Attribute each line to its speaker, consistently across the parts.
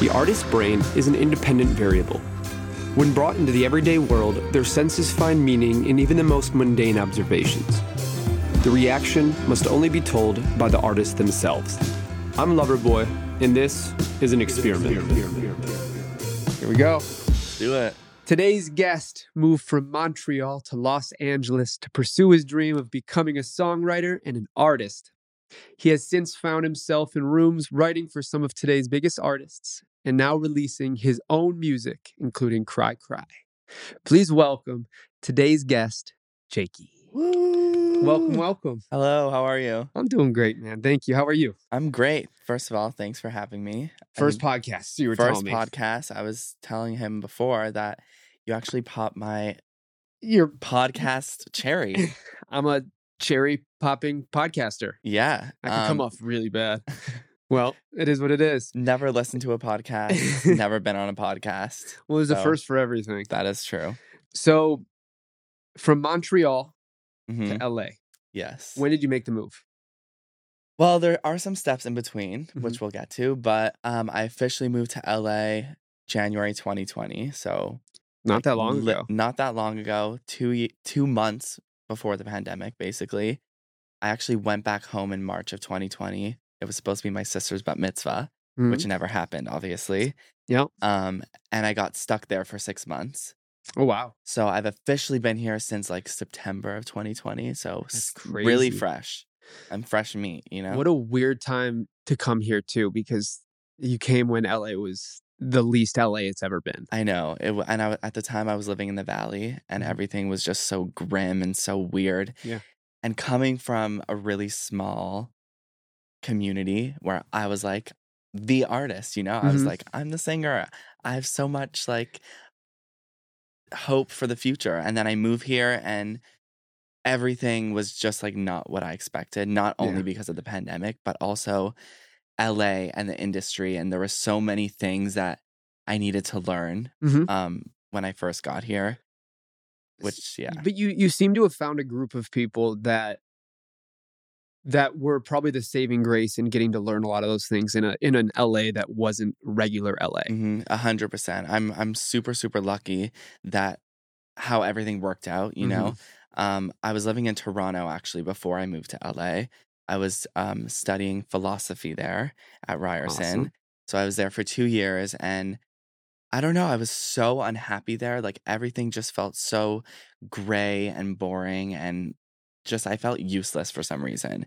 Speaker 1: The artist's brain is an independent variable. When brought into the everyday world, their senses find meaning in even the most mundane observations. The reaction must only be told by the artists themselves. I'm Loverboy, and this is an experiment.
Speaker 2: Here we go.
Speaker 3: Do it.
Speaker 2: Today's guest moved from Montreal to Los Angeles to pursue his dream of becoming a songwriter and an artist. He has since found himself in rooms writing for some of today's biggest artists and now releasing his own music, including Cry Cry. Please welcome today's guest, Jakey. Welcome, welcome.
Speaker 3: Hello, how are you?
Speaker 2: I'm doing great, man. Thank you. How are you?
Speaker 3: I'm great. First of all, thanks for having me.
Speaker 2: First
Speaker 3: podcast.
Speaker 2: podcast you were
Speaker 3: first
Speaker 2: telling me.
Speaker 3: podcast. I was telling him before that you actually popped my
Speaker 2: You're,
Speaker 3: podcast cherry.
Speaker 2: I'm a cherry popping podcaster.
Speaker 3: Yeah.
Speaker 2: I can
Speaker 3: um,
Speaker 2: come off really bad. Well, it is what it is.
Speaker 3: Never listened to a podcast. never been on a podcast.
Speaker 2: Well, there's a
Speaker 3: So-
Speaker 2: first for everything.
Speaker 3: That is true.
Speaker 2: So, from Montreal
Speaker 3: Mhm,
Speaker 2: to LA,
Speaker 3: Yes.
Speaker 2: when did you make the move?
Speaker 3: well, there are some steps in between,
Speaker 2: Mm-hmm.
Speaker 3: which we'll get to, but um, I officially moved to LA January 2020. So
Speaker 2: Not that long
Speaker 3: li-
Speaker 2: ago.
Speaker 3: Not that long ago, two ye- two months before the pandemic, basically. I actually went back home in March of 2020. It was supposed to be my sister's bat mitzvah,
Speaker 2: Mhm.
Speaker 3: which never happened, obviously.
Speaker 2: Yep.
Speaker 3: Um, and I got stuck there for six months.
Speaker 2: Oh wow.
Speaker 3: So I've officially been here since like September of 2020. So
Speaker 2: That's
Speaker 3: s- really
Speaker 2: crazy.
Speaker 3: fresh. I'm fresh meat, you know.
Speaker 2: What a weird time to come here too, because you came when LA was the least LA it's ever been.
Speaker 3: I know. It, wa- and I, wa- at the time, I was living in the valley, and
Speaker 2: Mhm.
Speaker 3: everything was just so grim and so weird.
Speaker 2: Yeah.
Speaker 3: And coming from a really small community where I was like the artist, you know, I was
Speaker 2: Mhm.
Speaker 3: like, I'm the singer. I have so much like hope for the future. And then I move here, and everything was just like not what I expected, not only
Speaker 2: Yeah.
Speaker 3: because of the pandemic, but also LA and the industry. And there were so many things that I needed to learn
Speaker 2: Mhm.
Speaker 3: um, when I first got here, which, yeah.
Speaker 2: But you you seem to have found a group of people that that were probably the saving grace in getting to learn a lot of those things in a in an LA that wasn't regular LA.
Speaker 3: Mhm, A hundred percent. I'm I'm super super lucky that how everything worked out.
Speaker 2: Mm-hmm.
Speaker 3: You know, um, I was living in Toronto actually before I moved to LA. I was um, studying philosophy there at Ryerson.
Speaker 2: Awesome.
Speaker 3: So I was there for two years, and I don't know. I was so unhappy there. Like everything just felt so gray and boring, and just I felt useless for some reason.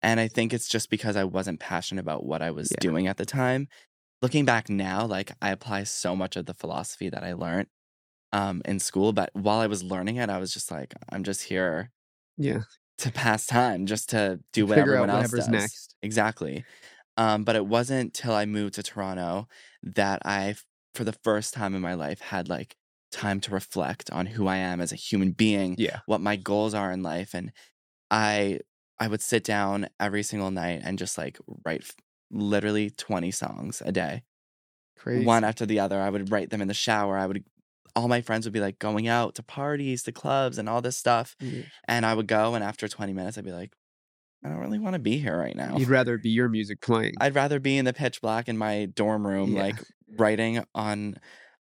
Speaker 3: And I think it's just because I wasn't passionate about what I was
Speaker 2: Yeah.
Speaker 3: doing at the time. Looking back now, like I apply so much of the philosophy that I learned um, in school. But while I was learning it, I was just like, I'm just here
Speaker 2: Yeah.
Speaker 3: to pass time, just to do what
Speaker 2: Figure out
Speaker 3: everyone else
Speaker 2: whatever's
Speaker 3: does.
Speaker 2: next.
Speaker 3: Exactly. Um, but it wasn't till I moved to Toronto that I, f- for the first time in my life, had like time to reflect on who I am as a human being,
Speaker 2: Yeah.
Speaker 3: what my goals are in life, and I I would sit down every single night and just like write f- literally twenty songs a day
Speaker 2: Crazy.
Speaker 3: one after the other. I would write them in the shower. I would, all my friends would be like going out to parties, to clubs, and all this stuff.
Speaker 2: Yeah.
Speaker 3: And I would go, and after 20 minutes, I'd be like, I don't really want to be here right now.
Speaker 2: You'd rather it be your music playing.
Speaker 3: I'd rather be in the pitch black in my dorm room,
Speaker 2: Yeah.
Speaker 3: like writing on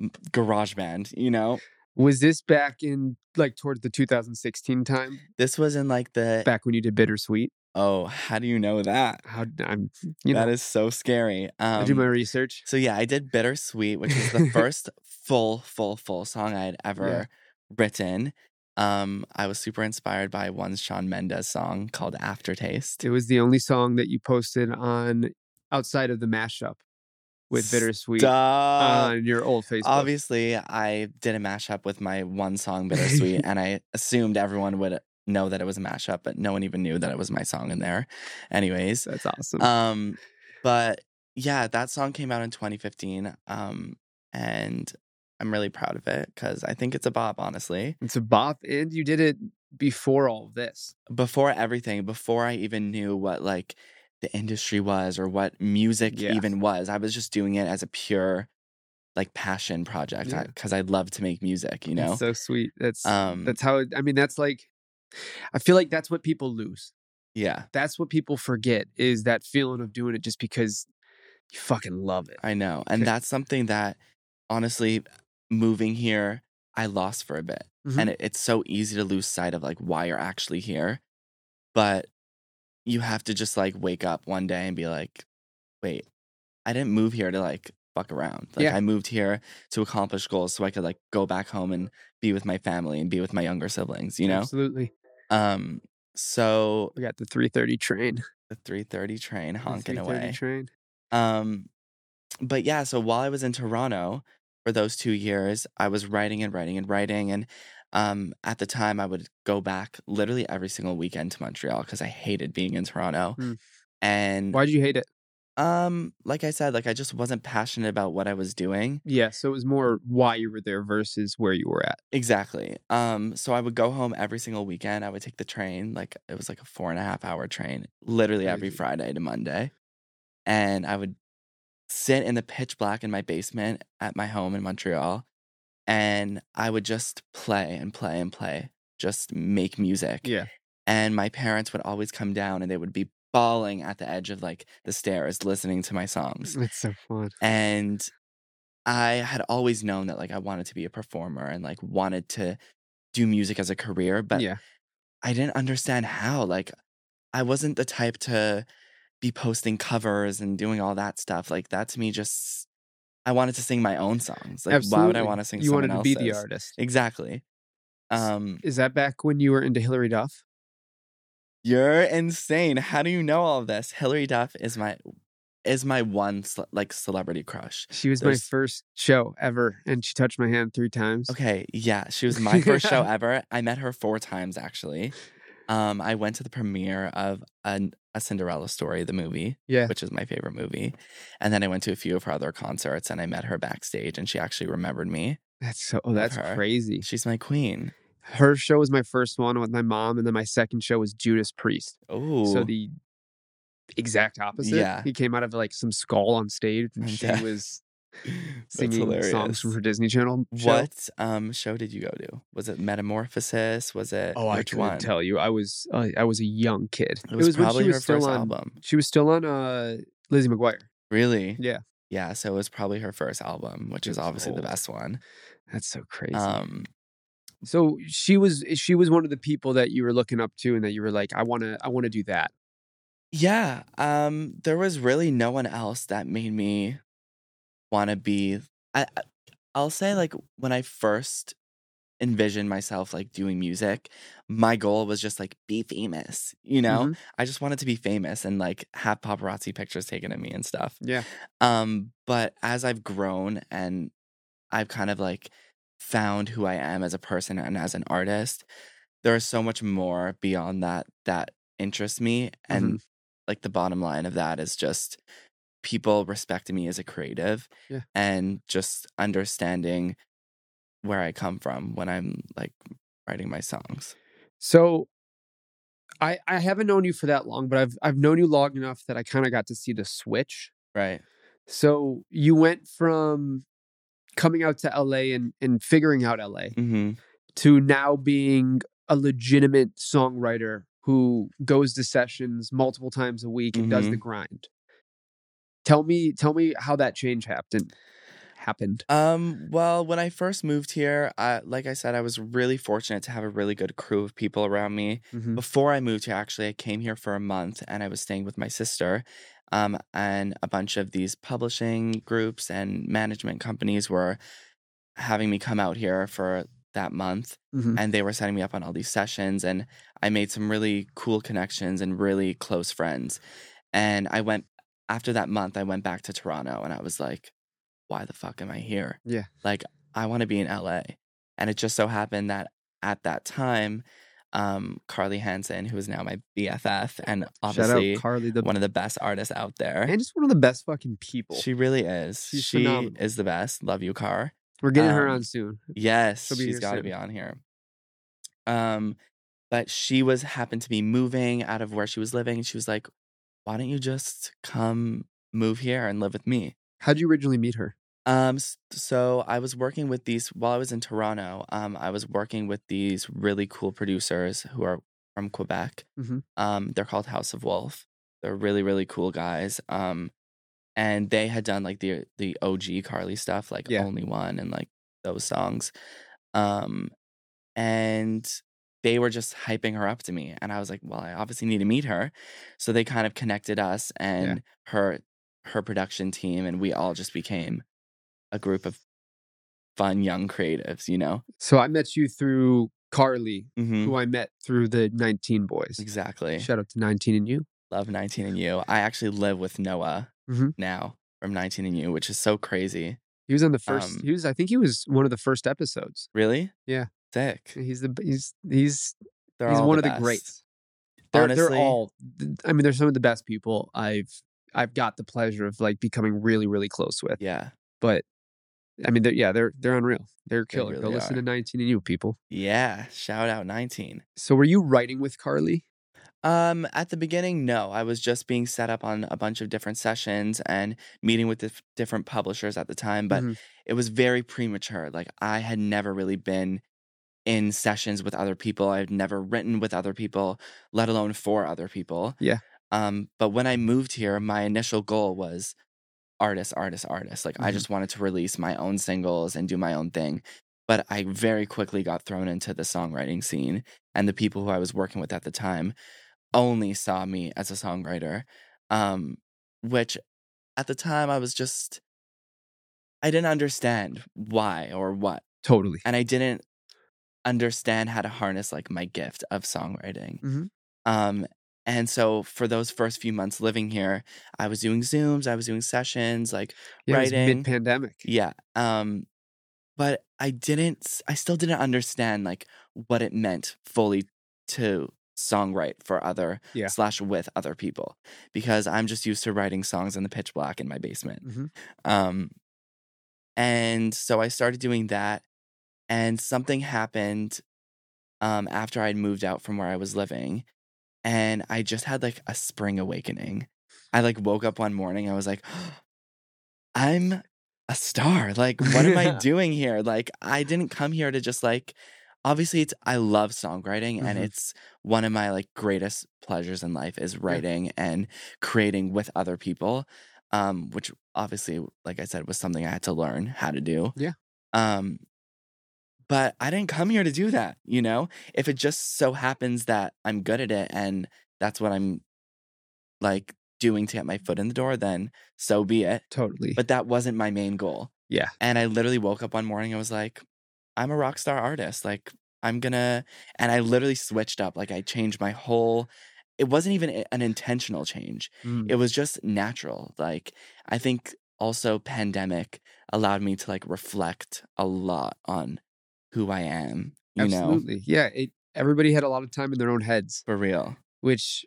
Speaker 3: m- GarageBand, you know?
Speaker 2: Was this back in like towards the 2016 time,
Speaker 3: This was in like the,
Speaker 2: back when you did Bittersweet?
Speaker 3: oh, how do you know that?
Speaker 2: How I'm, you know,
Speaker 3: that is so scary. Um,
Speaker 2: I do my research.
Speaker 3: So yeah, I did Bittersweet, which was the first full, full, full song I had ever written. Um, I was super inspired by one Sean Mendes song called Aftertaste.
Speaker 2: It was the only song that you posted on outside of the mashup with Bittersweet
Speaker 3: Duh.
Speaker 2: on your old Facebook.
Speaker 3: Obviously, I did a mashup with my one song Bittersweet, and I assumed everyone would know that it was a mashup, but no one even knew that it was my song in there. Anyways,
Speaker 2: That's awesome.
Speaker 3: um but yeah that song came out in 2015 um and i'm really proud of it because i think it's a bop honestly
Speaker 2: it's a bop, and you did it before all of this.
Speaker 3: before everything before i even knew what like the industry was or what music
Speaker 2: Yeah.
Speaker 3: even was i was just doing it as a pure like passion project
Speaker 2: Yeah.
Speaker 3: because i love to make music you know
Speaker 2: That's so sweet. That's
Speaker 3: um
Speaker 2: that's how. It, I mean, that's like. I feel like that's what people lose.
Speaker 3: yeah
Speaker 2: That's what people forget is that feeling of doing it just because You fucking love it.
Speaker 3: I know. And
Speaker 2: Okay.
Speaker 3: that's something that honestly, moving here, I lost for a bit.
Speaker 2: Mhm.
Speaker 3: And it, it's so easy to lose sight of like why you're actually here. But you have to just like wake up one day and be like, wait, I didn't move here to like fuck around. Like
Speaker 2: Yeah.
Speaker 3: I moved here to accomplish goals so I could like go back home and be with my family and be with my younger siblings, you know?
Speaker 2: Absolutely.
Speaker 3: Um so
Speaker 2: We got the 330 train.
Speaker 3: the 3:30 train
Speaker 2: The
Speaker 3: honking
Speaker 2: 330
Speaker 3: away.
Speaker 2: train.
Speaker 3: Um, but yeah, so while I was in Toronto for those two years, I was writing and writing and writing. And um, at the time, I would go back literally every single weekend to Montreal because I hated being in Toronto.
Speaker 2: Mm.
Speaker 3: And
Speaker 2: Why'd you hate it?
Speaker 3: um, like I said, like I just wasn't passionate about what I was doing.
Speaker 2: Yeah, so it was more why you were there versus where you were at.
Speaker 3: Exactly. Um, so I would go home every single weekend. I would take the train, like it was like a four and a half hour train, literally every
Speaker 2: Crazy.
Speaker 3: Friday to Monday. And I would sit in the pitch black in my basement at my home in Montreal. And I would just play and play and play, just make music.
Speaker 2: Yeah.
Speaker 3: And my parents would always come down and they would be bawling at the edge of like the stairs listening to my songs
Speaker 2: That's so fun.
Speaker 3: and i had always known that like i wanted to be a performer and like wanted to do music as a career but
Speaker 2: yeah.
Speaker 3: i didn't understand how like i wasn't the type to be posting covers and doing all that stuff like that to me just i wanted to sing my own songs like why would i
Speaker 2: Absolutely.
Speaker 3: want to sing
Speaker 2: You
Speaker 3: someone
Speaker 2: wanted to be the
Speaker 3: else's?
Speaker 2: artist.
Speaker 3: exactly um
Speaker 2: Is that back when you were into Hillary Duff?
Speaker 3: you're insane how do you know all of this hillary duff is my is my one ce- like celebrity crush
Speaker 2: She was
Speaker 3: There's-
Speaker 2: my first show ever, and she touched my hand three times.
Speaker 3: Okay, yeah, she was my first show ever. I met her four times actually. Um, I went to the premiere of an, a Cinderella Story, the movie,
Speaker 2: Yeah.
Speaker 3: which is my favorite movie, and then I went to a few of her other concerts, and I met her backstage, and she actually remembered me.
Speaker 2: That's so. Oh, that's
Speaker 3: her.
Speaker 2: crazy.
Speaker 3: She's my queen.
Speaker 2: Her show was my first one with my mom, and then my second show was Judas Priest.
Speaker 3: Oh,
Speaker 2: So the exact opposite.
Speaker 3: Yeah.
Speaker 2: He came out of like some skull on stage, and
Speaker 3: I'm
Speaker 2: she
Speaker 3: dead.
Speaker 2: was singing songs from her
Speaker 3: hilarious.
Speaker 2: Disney Channel. show.
Speaker 3: What um show did you go to? Was it Metamorphosis? Was it
Speaker 2: Oh, I
Speaker 3: which
Speaker 2: couldn't
Speaker 3: one?
Speaker 2: tell you. I was uh, I was a young kid.
Speaker 3: It was, probably
Speaker 2: when she was
Speaker 3: her
Speaker 2: still
Speaker 3: first
Speaker 2: on.
Speaker 3: album.
Speaker 2: She was still on uh, Lizzie McGuire.
Speaker 3: Really?
Speaker 2: Yeah,
Speaker 3: Yeah. So it was probably her first album, which is
Speaker 2: It's
Speaker 3: obviously the
Speaker 2: old.
Speaker 3: best one.
Speaker 2: that's so crazy.
Speaker 3: Um,
Speaker 2: so she was she was one of the people that you were looking up to, and that you were like, I want to I want to do that.
Speaker 3: Yeah, um, there was really no one else that made me want to be. uh, I, I- I'll say like when I first envisioned myself like doing music, my goal was just like be famous. You know,
Speaker 2: Mhm.
Speaker 3: I just wanted to be famous and like have paparazzi pictures taken of me and stuff.
Speaker 2: Yeah.
Speaker 3: Um, but as I've grown and I've kind of like found who I am as a person and as an artist, there is so much more beyond that that interests me. And like the bottom line of that is just people respecting me as a creative
Speaker 2: Yeah.
Speaker 3: and just understanding where I come from when I'm like writing my songs.
Speaker 2: So I I haven't known you for that long, but I've I've known you long enough that I kind of got to see the switch.
Speaker 3: Right.
Speaker 2: So you went from coming out to LA and and figuring out LA
Speaker 3: hmm
Speaker 2: to now being a legitimate songwriter who goes to sessions multiple times a week and does
Speaker 3: Mm-hmm.
Speaker 2: the grind. Tell me, tell me how that change happened. Happened.
Speaker 3: Um, well, when I first moved here, I, like I said, I was really fortunate to have a really good crew of people around me.
Speaker 2: Mm-hmm.
Speaker 3: Before I moved here, actually, I came here for a month and I was staying with my sister. Um, and a bunch of these publishing groups and management companies were having me come out here for that month.
Speaker 2: Mhm.
Speaker 3: And they were setting me up on all these sessions. And I made some really cool connections and really close friends. And I went, after that month, I went back to Toronto and I was like, why the fuck am I here?
Speaker 2: Yeah.
Speaker 3: Like, I want to be in LA. And it just so happened that at that time, um, Carly Hansen, who is now my BFF and obviously
Speaker 2: Shout out Carly, the
Speaker 3: one of the best artists out there.
Speaker 2: and just one of the best fucking people.
Speaker 3: She really is.
Speaker 2: She's
Speaker 3: she
Speaker 2: phenomenal.
Speaker 3: is the best. Love you, Car.
Speaker 2: We're getting her
Speaker 3: um,
Speaker 2: on soon.
Speaker 3: Yes,
Speaker 2: She'll be
Speaker 3: she's
Speaker 2: here
Speaker 3: got to
Speaker 2: soon.
Speaker 3: be on here. Um, but she was happened to be moving out of where she was living, and she was like, "Why don't you just come move here and live with me?"
Speaker 2: How'd you originally meet her?
Speaker 3: Um, s- so I was working with these while I was in Toronto. Um, I was working with these really cool producers who are from Quebec.
Speaker 2: Mhm.
Speaker 3: Um, they're called House of Wolf. They're really really cool guys. Um, and they had done like the the OG Carly stuff, like
Speaker 2: Yeah.
Speaker 3: Only One and like those songs. Um and they were just hyping her up to me and I was like, well, I obviously need to meet her. So they kind of connected us and her her production team and we all just became a group of fun young creatives, you know.
Speaker 2: So I met you through Carly,
Speaker 3: Mhm.
Speaker 2: who I met through the 19 Boys.
Speaker 3: Exactly.
Speaker 2: Shout out to 19 and you.
Speaker 3: Love 19 and You. I actually live with Noah
Speaker 2: Mhm.
Speaker 3: now from 19 and You, which is so crazy.
Speaker 2: He was on the first.
Speaker 3: Um,
Speaker 2: he was. I think he was one of the first episodes.
Speaker 3: Really?
Speaker 2: Yeah.
Speaker 3: Sick.
Speaker 2: He's the. He's he's
Speaker 3: They're
Speaker 2: he's
Speaker 3: all
Speaker 2: one of
Speaker 3: best.
Speaker 2: the greats. They're, they're
Speaker 3: Honestly.
Speaker 2: all. I mean, they're some of the best people I've I've got the pleasure of like becoming really really close with.
Speaker 3: Yeah.
Speaker 2: But I mean, they're, yeah, they're they're unreal. They're killer. Go
Speaker 3: really
Speaker 2: listen to
Speaker 3: are.
Speaker 2: 19 and you people.
Speaker 3: Yeah. Shout out 19.
Speaker 2: So were you writing with Carly?
Speaker 3: Um, at the beginning, no, I was just being set up on a bunch of different sessions and meeting with dif- different publishers at the time, but
Speaker 2: Mhm.
Speaker 3: it was very premature. Like I had never really been in sessions with other people. I've never written with other people, let alone for other people.
Speaker 2: Yeah.
Speaker 3: Um, but when I moved here, my initial goal was artist, artist, artist. Like I
Speaker 2: Mhm.
Speaker 3: just wanted to release my own singles and do my own thing. But I very quickly got thrown into the songwriting scene and the people who I was working with at the time only saw me as a songwriter. Um, which at the time I was just I didn't understand why or what.
Speaker 2: Totally.
Speaker 3: And I didn't understand how to harness like my gift of songwriting.
Speaker 2: Mhm.
Speaker 3: Um, and so for those first few months living here, I was doing Zooms, I was doing sessions, like writing.
Speaker 2: mid pandemic.
Speaker 3: yeah. Um, but I didn't s- I still didn't understand like what it meant fully to songwrite for other
Speaker 2: Yeah.
Speaker 3: slash with other people because I'm just used to writing songs in the pitch black in my basement.
Speaker 2: hmm
Speaker 3: Um, and so I started doing that, and something happened um, after I'd moved out from where I was living, and I just had like a spring awakening. I like woke up one morning, I was like, I'm a star. Like, what am I doing here? Like, I didn't come here to just like. Obviously, it's I love songwriting, and
Speaker 2: Mhm.
Speaker 3: it's one of my like greatest pleasures in life is writing and creating with other people um, which obviously, like I said, was something I had to learn how to do.
Speaker 2: Yeah.
Speaker 3: Um, but I didn't come here to do that. You know, if it just so happens that I'm good at it and that's what I'm like doing to get my foot in the door, then so be it.
Speaker 2: Totally.
Speaker 3: But that wasn't my main goal.
Speaker 2: Yeah.
Speaker 3: And I literally woke up one morning. I was like, I'm a rock star artist. Like, I'm gonna, and I literally switched up. Like, I changed my whole. It wasn't even a- an intentional change
Speaker 2: Mm.
Speaker 3: it was just natural like i think also pandemic allowed me to like reflect a lot on who i am you know
Speaker 2: Absolutely. Yeah. It, everybody had a lot of time in their own heads,
Speaker 3: for real
Speaker 2: which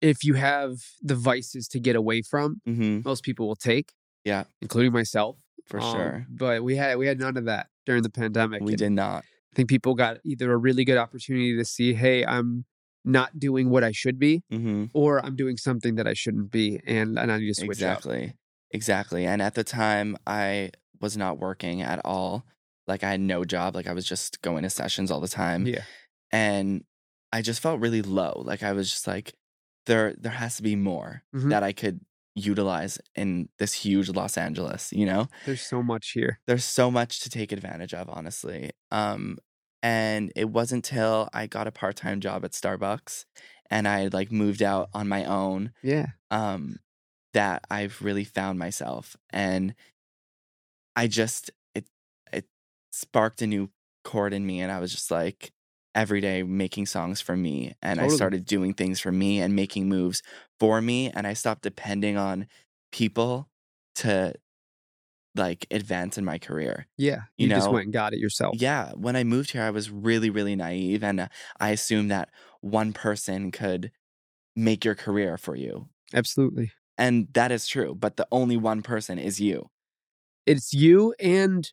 Speaker 2: if you have the vices to get away from,
Speaker 3: hmm
Speaker 2: most people will take.
Speaker 3: Yeah.
Speaker 2: Including myself.
Speaker 3: for
Speaker 2: Um,
Speaker 3: sure
Speaker 2: But we had we had none of that during the pandemic.
Speaker 3: we
Speaker 2: and
Speaker 3: did not
Speaker 2: I think people got either a really good opportunity to see, hey, I'm not doing what I should be,
Speaker 3: hmm
Speaker 2: or I'm doing something that I shouldn't be, and, and I need to switch up.
Speaker 3: exactly exactly and at the time i was not working at all like i had no job like i was just going to sessions all the time
Speaker 2: Yeah.
Speaker 3: and I just felt really low. Like I was just like, there there has to be more
Speaker 2: Mhm.
Speaker 3: that I could utilize in this huge Los Angeles. You know,
Speaker 2: There's so much here.
Speaker 3: there's so much to take advantage of, honestly. Um, and it wasn't till I got a part time job at Starbucks, and I had, like moved out on my own
Speaker 2: Yeah.
Speaker 3: um, that I've really found myself, and I just it it sparked a new chord in me, and I was just like every day making songs for me, and I
Speaker 2: Totally.
Speaker 3: started doing things for me and making moves for me, and I stopped depending on people to like advance in my career.
Speaker 2: Yeah. You,
Speaker 3: You
Speaker 2: just
Speaker 3: know,
Speaker 2: went and got it yourself.
Speaker 3: Yeah, when I moved here, I was really, really naive, and uh, I assumed that one person could make your career for you
Speaker 2: Absolutely.
Speaker 3: and that is true, but the only one person is you.
Speaker 2: It's you and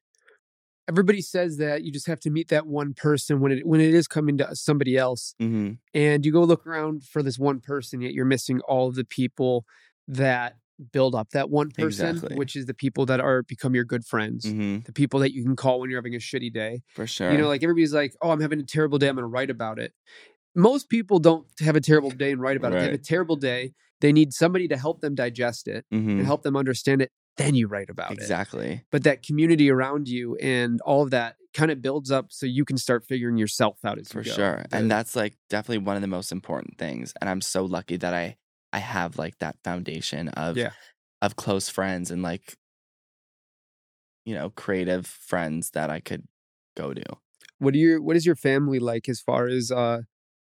Speaker 2: everybody says that you just have to meet that one person when it when it is coming to somebody else
Speaker 3: Mm-hmm.
Speaker 2: and you go look around for this one person yet you're missing all of the people that build up that one person
Speaker 3: Exactly.
Speaker 2: which is the people that are become your good friends
Speaker 3: Mm-hmm.
Speaker 2: the people that you can call when you're having a shitty day
Speaker 3: For sure.
Speaker 2: you know like everybody's like oh i'm having a terrible day i'm going to write about it most people don't have a terrible day and write about it they have a
Speaker 3: Right.
Speaker 2: terrible day They need somebody to help them digest it
Speaker 3: Mhm.
Speaker 2: and help them understand it. Then you write about it.
Speaker 3: Exactly.
Speaker 2: But that community around you and all of that kind of builds up so you can start figuring yourself out as
Speaker 3: For
Speaker 2: you go.
Speaker 3: sure.
Speaker 2: The-
Speaker 3: And that's like definitely one of the most important things. And I'm so lucky that I I have like that foundation of
Speaker 2: Yeah.
Speaker 3: of close friends and like you know, creative friends that I could go to.
Speaker 2: What do your what is your family like as far as uh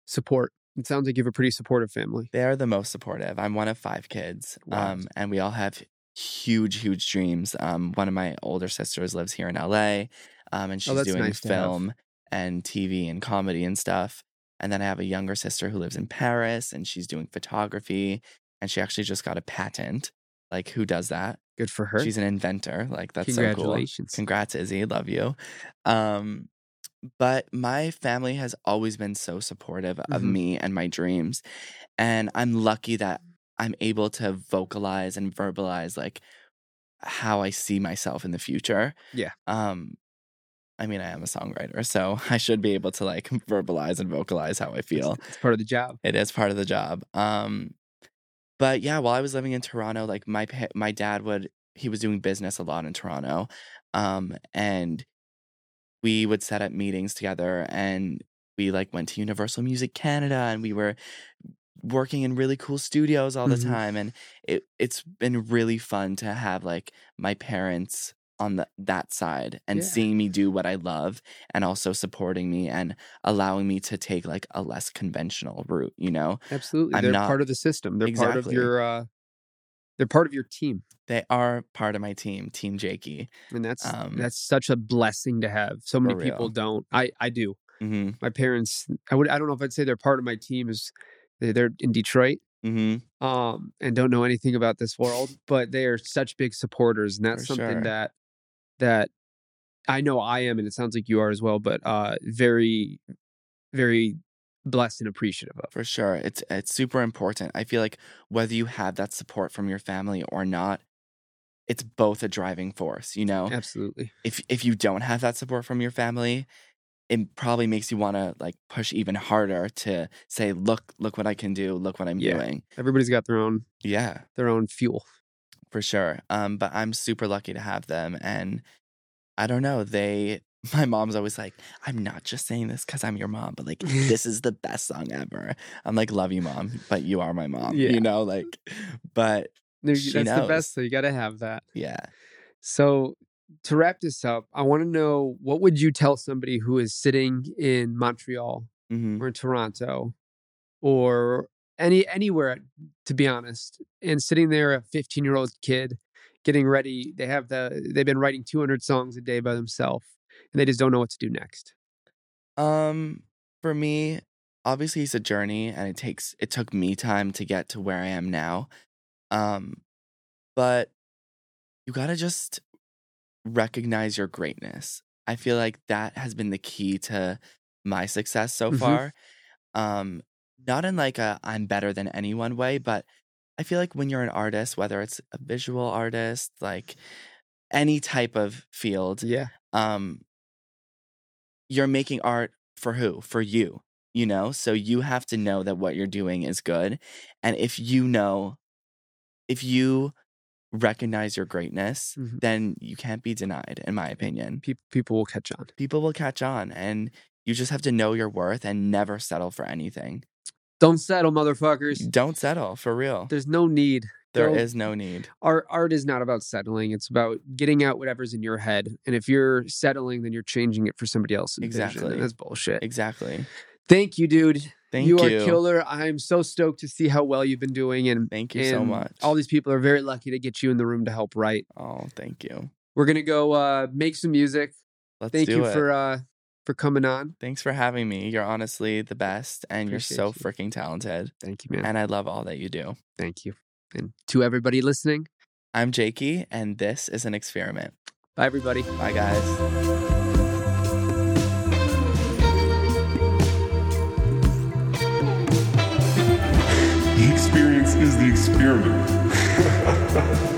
Speaker 2: support? It sounds like you have a pretty supportive family.
Speaker 3: They are the most supportive. I'm one of five kids.
Speaker 2: Wow.
Speaker 3: Um, and we all have huge, huge dreams. Um, one of my older sisters lives here in LA, um, and she's
Speaker 2: Oh, that's
Speaker 3: doing
Speaker 2: nice to have.
Speaker 3: film and TV and comedy and stuff. And then I have a younger sister who lives in Paris and she's doing photography. And she actually just got a patent. Like, who does that?
Speaker 2: Good for her.
Speaker 3: She's an inventor. Like, that's so cool.
Speaker 2: Congratulations.
Speaker 3: Congrats, Izzy. Love you. Um, but my family has always been so supportive of
Speaker 2: Mhm.
Speaker 3: me and my dreams. And I'm lucky that I'm able to vocalize and verbalize like how I see myself in the future.
Speaker 2: Yeah.
Speaker 3: Um, I mean, I am a songwriter, so I should be able to like verbalize and vocalize how I feel.
Speaker 2: It's part of the job.
Speaker 3: It is part of the job. Um, but yeah, while I was living in Toronto, like my pa- my dad would he was doing business a lot in Toronto, um, and we would set up meetings together, and we like went to Universal Music Canada, and we were working in really cool studios all the
Speaker 2: Mhm.
Speaker 3: time, and it it's been really fun to have like my parents on the, that side and
Speaker 2: Yeah.
Speaker 3: seeing me do what I love and also supporting me and allowing me to take like a less conventional route, you know?
Speaker 2: Absolutely.
Speaker 3: I'm
Speaker 2: they're
Speaker 3: not-
Speaker 2: part of the system. They're part of
Speaker 3: Exactly.
Speaker 2: your uh they're part of your team.
Speaker 3: They are part of my team, Team Jakey.
Speaker 2: And that's
Speaker 3: Um,
Speaker 2: that's such a blessing to have. So many
Speaker 3: for
Speaker 2: people
Speaker 3: real.
Speaker 2: don't. I I do.
Speaker 3: hmm
Speaker 2: My parents I would I don't know if I'd say they're part of my team is they're, they're in Detroit
Speaker 3: hmm
Speaker 2: um and don't know anything about this world, but they are such big supporters and that's
Speaker 3: For
Speaker 2: something
Speaker 3: sure.
Speaker 2: that that I know I am and it sounds like you are as well, but uh very very blessed and appreciative of.
Speaker 3: For sure. It's it's super important. I feel like whether you have that support from your family or not, it's both a driving force, you know?
Speaker 2: Absolutely.
Speaker 3: If if you don't have that support from your family, it probably makes you want to like push even harder to say, look, look what I can do, look what I'm
Speaker 2: Yeah.
Speaker 3: doing.
Speaker 2: Everybody's got their own
Speaker 3: Yeah.
Speaker 2: their own fuel.
Speaker 3: for sure. Um, but I'm super lucky to have them, and I don't know. They, my mom's always like, I'm not just saying this because I'm your mom, but like this is the best song ever. I'm like, love you, mom, but you are my mom.
Speaker 2: Yeah.
Speaker 3: You know, like, but
Speaker 2: There-
Speaker 3: She
Speaker 2: That's the
Speaker 3: knows.
Speaker 2: best. So you got to have that.
Speaker 3: yeah,
Speaker 2: So to wrap this up, I want to know what would you tell somebody who is sitting in Montreal
Speaker 3: Mhm.
Speaker 2: or in Toronto or any anywhere to be honest and sitting there a 15 year old kid getting ready they have the they've been writing 200 songs a day by themselves and they just don't know what to do next
Speaker 3: Um, for me, obviously it's a journey, and it takes it took me time to get to where I am now. Um, but you gotta just recognize your greatness. I feel like that has been the key to my success so
Speaker 2: Mhm.
Speaker 3: far. Um, not in like a I'm better than anyone way, but I feel like when you're an artist, whether it's a visual artist, like any type of field,
Speaker 2: yeah
Speaker 3: um you're making art for who for you you know so you have to know that what you're doing is good and if you know if you recognize your greatness
Speaker 2: Mhm.
Speaker 3: then you can't be denied in my opinion
Speaker 2: people people will catch on
Speaker 3: people will catch on and you just have to know your worth and never settle for anything
Speaker 2: don't settle motherfuckers
Speaker 3: don't settle for real
Speaker 2: there's no need
Speaker 3: there
Speaker 2: don't-
Speaker 3: is no need
Speaker 2: art art is not about settling it's about getting out whatever's in your head and if you're settling then you're changing it for somebody else
Speaker 3: Exactly.
Speaker 2: that's bullshit
Speaker 3: exactly
Speaker 2: thank you dude
Speaker 3: thank
Speaker 2: you
Speaker 3: you
Speaker 2: are killer i'm so stoked to see how well you've been doing and
Speaker 3: thank you so
Speaker 2: and
Speaker 3: much
Speaker 2: all these people are very lucky to get you in the room to help write
Speaker 3: oh thank you
Speaker 2: we're gonna go uh make some music
Speaker 3: let's
Speaker 2: thank
Speaker 3: do
Speaker 2: you
Speaker 3: it.
Speaker 2: for uh for coming on
Speaker 3: Thanks for having me. You're honestly the best and you're
Speaker 2: Appreciate
Speaker 3: so
Speaker 2: you.
Speaker 3: freaking talented.
Speaker 2: thank you man
Speaker 3: And I love all that you do.
Speaker 2: thank you and to everybody listening
Speaker 3: I'm Jakey, and this is an experiment.
Speaker 2: bye everybody
Speaker 3: Bye, guys.
Speaker 4: The experience is the experiment.